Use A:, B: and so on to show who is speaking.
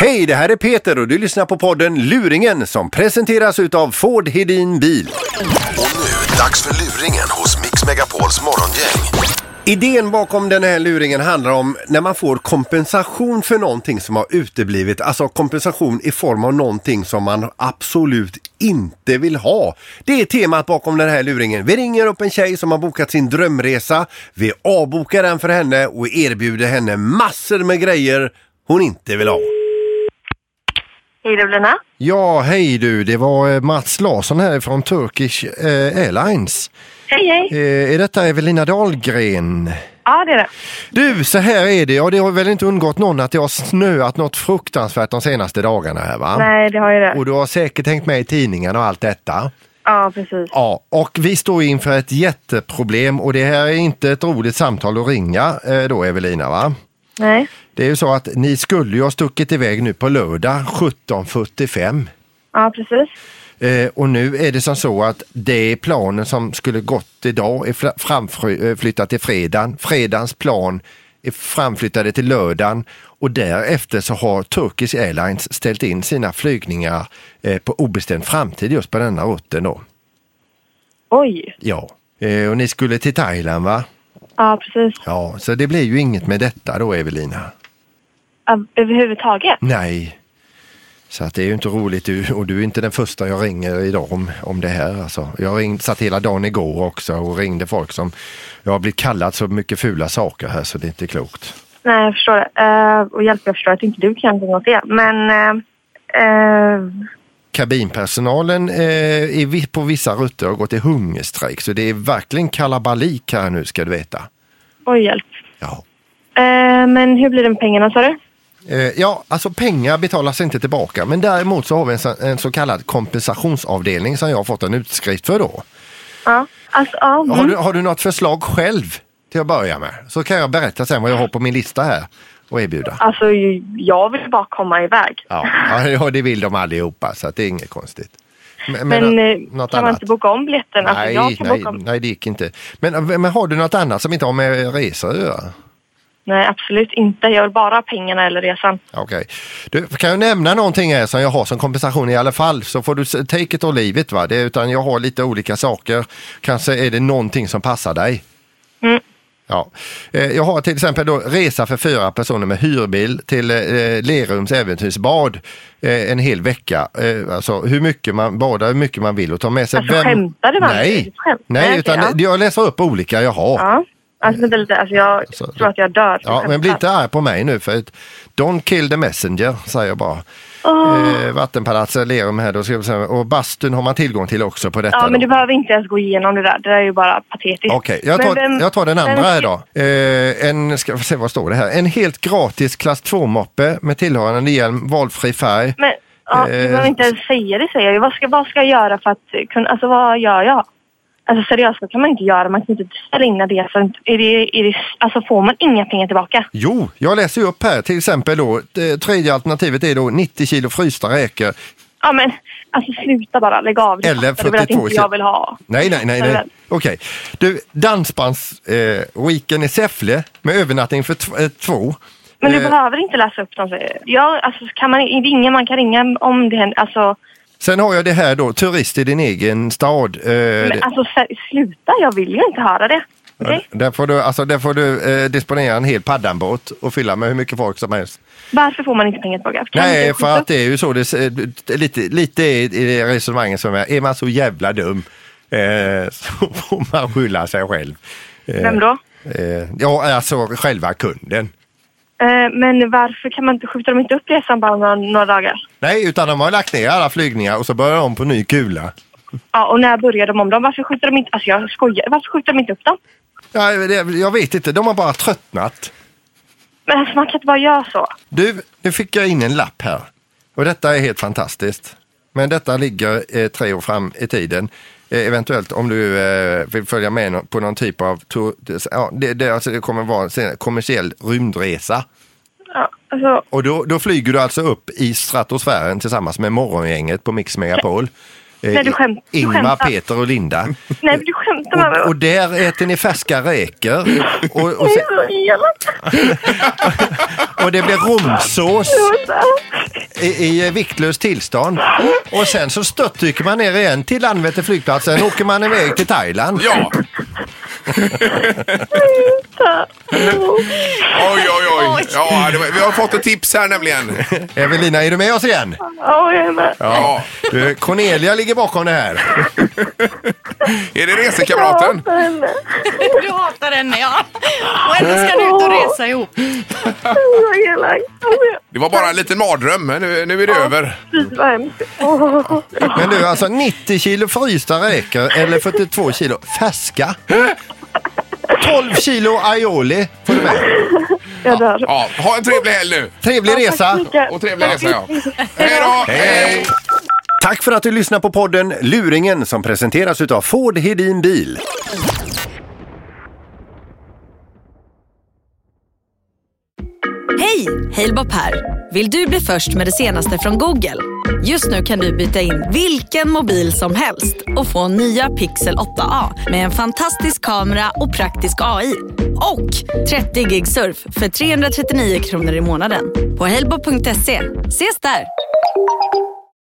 A: Hej, det här är Peter och du lyssnar på podden Luringen som presenteras utav Ford Hedin Bil.
B: Och nu, dags för luringen hos Mix Megapols morgongäng.
A: Idén bakom den här luringen handlar om när man får kompensation för någonting som har uteblivit. Alltså kompensation i form av någonting som man absolut inte vill ha. Det är temat bakom den här luringen. Vi ringer upp en tjej som har bokat sin drömresa. Vi avbokar den för henne och erbjuder henne massor med grejer hon inte vill ha.
C: Hej Lena.
D: Ja, hej du. Det var eh, Mats Larsson här från Turkish eh, Airlines.
C: Hej hej.
D: Eh, Är detta Evelina Dahlgren?
C: Ja det är det.
D: Du, så här är det. Och det har väl inte undgått någon att det har snöat något fruktansvärt de senaste dagarna här va?
C: Nej det har ju det.
D: Och du har säkert tänkt med i tidningarna och allt detta.
C: Ja precis.
D: Ja, och vi står inför ett jätteproblem och det här är inte ett roligt samtal att ringa eh, då Evelina va?
C: Nej.
D: Det är ju så att ni skulle ju ha stuckit iväg nu på lördag 17.45.
C: Ja precis.
D: Eh, och nu är det som så att det planen som skulle gått idag är fla- framfly- eh, flyttat till fredagen. Fredagens plan är framflyttade till lördagen och därefter så har Turkish Airlines ställt in sina flygningar eh, på obestämd framtid just på denna rutten då.
C: Oj.
D: Ja, eh, och ni skulle till Thailand va?
C: Ja precis.
D: Ja, så det blir ju inget med detta då Evelina.
C: Ja, överhuvudtaget.
D: Nej. Så att det är ju inte roligt du, och du är inte den första jag ringer idag om, om det här. Alltså. Jag ringde, satt hela dagen igår också och ringde folk som jag har blivit kallad så mycket fula saker här så det är inte klokt.
C: Nej jag förstår det. Eh, och hjälp jag förstår att inte du kan någonting åt det. Men eh, eh,
D: Kabinpersonalen eh, är vi- på vissa rutter har gått i hungerstrejk så det är verkligen kalabalik här nu ska du veta.
C: oj hjälp.
D: Ja.
C: Eh, men hur blir det med pengarna sa du?
D: Eh, Ja, alltså pengar betalas inte tillbaka men däremot så har vi en, så- en så kallad kompensationsavdelning som jag har fått en utskrift för då.
C: Ja. Alltså ja.
D: Har,
C: Mm.
D: du, har du något förslag själv till att börja med? Så kan jag berätta sen vad jag har på min lista här och erbjuda.
C: Alltså ju- jag vill bara komma iväg.
D: Ja, ja det vill de allihopa så att det är inget konstigt. Men,
C: Men,
D: nå-
C: eh, kan man inte boka om biljetten? alltså, jag
D: Nej,
C: kan
D: nej,
C: boka om.
D: nej, det gick inte. Men, men har du något annat som inte har med resor att göra?
C: Nej absolut inte. Jag vill bara ha pengarna eller resan.
D: Okej. Du, kan jag nämna någonting här som jag har som kompensation i alla fall så får du s- take it or leave it. Va? Det, är- utan jag har lite olika saker. Kanske är det någonting som passar dig.
C: Mm.
D: Ja. Eh, Jag har till exempel då resa för fyra personer med hyrbil till eh, Lerums äventyrsbad eh, en hel vecka. Eh, Alltså hur mycket man badar, hur mycket man vill och ta med sig.
C: Alltså, skämtar du, Magnus? Är det
D: Nej,
C: ett skämt?
D: Nej
C: Nej,
D: utan
C: okej,
D: jag läser upp olika jag har.
C: Ja. Alltså vänta lite. Alltså jag
D: Alltså,
C: tror att jag dör.
D: Ja, men bli inte arg på mig nu för att don't kill the messenger säger jag bara.
C: Ah.
D: Eh, vattenpalatset, Lerum här då, ska vi säga, och bastun har man tillgång till också på detta.
C: Ja, men
D: då.
C: du behöver inte ens gå igenom det där. Det där är ju bara patetiskt.
D: Okej, jag,
C: Men
D: tar,
C: vem-
D: jag tar den andra
C: vem-
D: här då. Eh, en, ska vi se vad står det här? En helt gratis klass 2-moppe med tillhörande hjälm, valfri färg.
C: Men, ja, du
D: Eh,
C: behöver inte ens säga det, säger jag. Vad ska, vad ska jag göra för att eh, kunna... Alltså, vad gör jag? Alltså seriöst, det kan man inte göra. Man kan inte ställa in en resa. Är det, är det, alltså får man inga pengar tillbaka?
D: Jo, jag läser ju upp här till exempel då, eh, tredje alternativet är då 90 kilo frysta räkor.
C: Ja, men alltså sluta bara. Lägg av. Du
D: Eller
C: fattar väl att
D: 42
C: inte jag vill ha.
D: Nej, nej, nej. nej. Okej. Du, dansbandsweekend eh, weekend i Säffle med övernattning för tv- eh, två.
C: Men du
D: Eh,
C: behöver inte läsa upp dem, säger jag. Ja, alltså kan man ringa? Man kan ringa om det händer. Alltså,
D: Sen har jag det här då, turist i din egen stad. Eh,
C: men, alltså sä- sluta. Jag vill ju inte höra det. Okej?
D: Där får du, alltså, där får du eh, disponera en hel paddanbåt och fylla med hur mycket folk som helst.
C: Varför får man inte pengar tillbaka? Kan inte
D: Nej,
C: skjuta
D: för att
C: upp?
D: det är ju så, det, är- det är lite, lite i det resonemanget som är, är man så jävla dum eh, så får man skylla sig själv. Eh,
C: Vem då?
D: Eh, ja, alltså själva kunden.
C: Eh, men varför kan man inte skjuta dem inte upp resan bara några, några dagar?
D: Nej, utan de har lagt ner alla flygningar och så börjar de på ny kula.
C: Ja, och när börjar de om dem? Varför skjuter de inte... Alltså jag skojar. Varför skjuter de inte upp dem?
D: Ja, det, jag vet inte, de har bara tröttnat.
C: Men alltså man kan inte bara göra så.
D: Du, nu fick jag in en lapp här. Och detta är helt fantastiskt. Men detta ligger eh, tre år fram i tiden. Eh, eventuellt om du eh, vill följa med nå- på någon typ av tur, ja, det, det, alltså, det kommer vara en sen- kommersiell rymdresa.
C: Ja, alltså,
D: Och då, då flyger du alltså upp i stratosfären tillsammans med morgongänget på Mix Megapol. Eh,
C: Nej, du skämt- du
D: Ingmar,
C: skämtar.
D: Peter och Linda.
C: nej men du skämtar med mig.
D: Och, och där äter ni färska räkor. Och, och,
C: Det
D: sen,
C: är så elakt.
D: och det blir romsås.
C: Det var så-
D: i, i viktlöst tillstånd. Och sen så störtdyker man ner igen till Landvetter flygplats. Sen åker man iväg till Thailand.
E: Ja, oj, oj, oj. Ja, det var, vi har fått ett tips här nämligen.
D: Evelina, är du med oss igen?
C: Ja, jag är med.
E: Ja.
D: Du, Cornelia ligger bakom det här.
E: Är det resekamraten?
C: Jag henne.
F: Du hatar henne ja. Och ändå ska ni ut och resa ihop.
C: Vad elak.
E: Det var bara en liten mardröm. men Nu, nu är det över.
C: Fy vad hemskt. Åh.
D: Men du, alltså 90 kilo frysta räkor eller 42 kilo färska. 12 kilo aioli får du med.
C: Jag dör.
E: Ja, ha en trevlig helg nu.
D: Trevlig resa.
E: Och trevlig resa, ja. Hej då! Hej!
A: Tack för att du lyssnar på podden Luringen som presenteras utav Ford Hedin Bil.
G: Hej! Halebop här. Vill du bli först med det senaste från Google? Just nu kan du byta in vilken mobil som helst och få nya Pixel 8A med en fantastisk kamera och praktisk AI. Och 30 gig surf för 339 kronor i månaden på halebop.se. Ses där!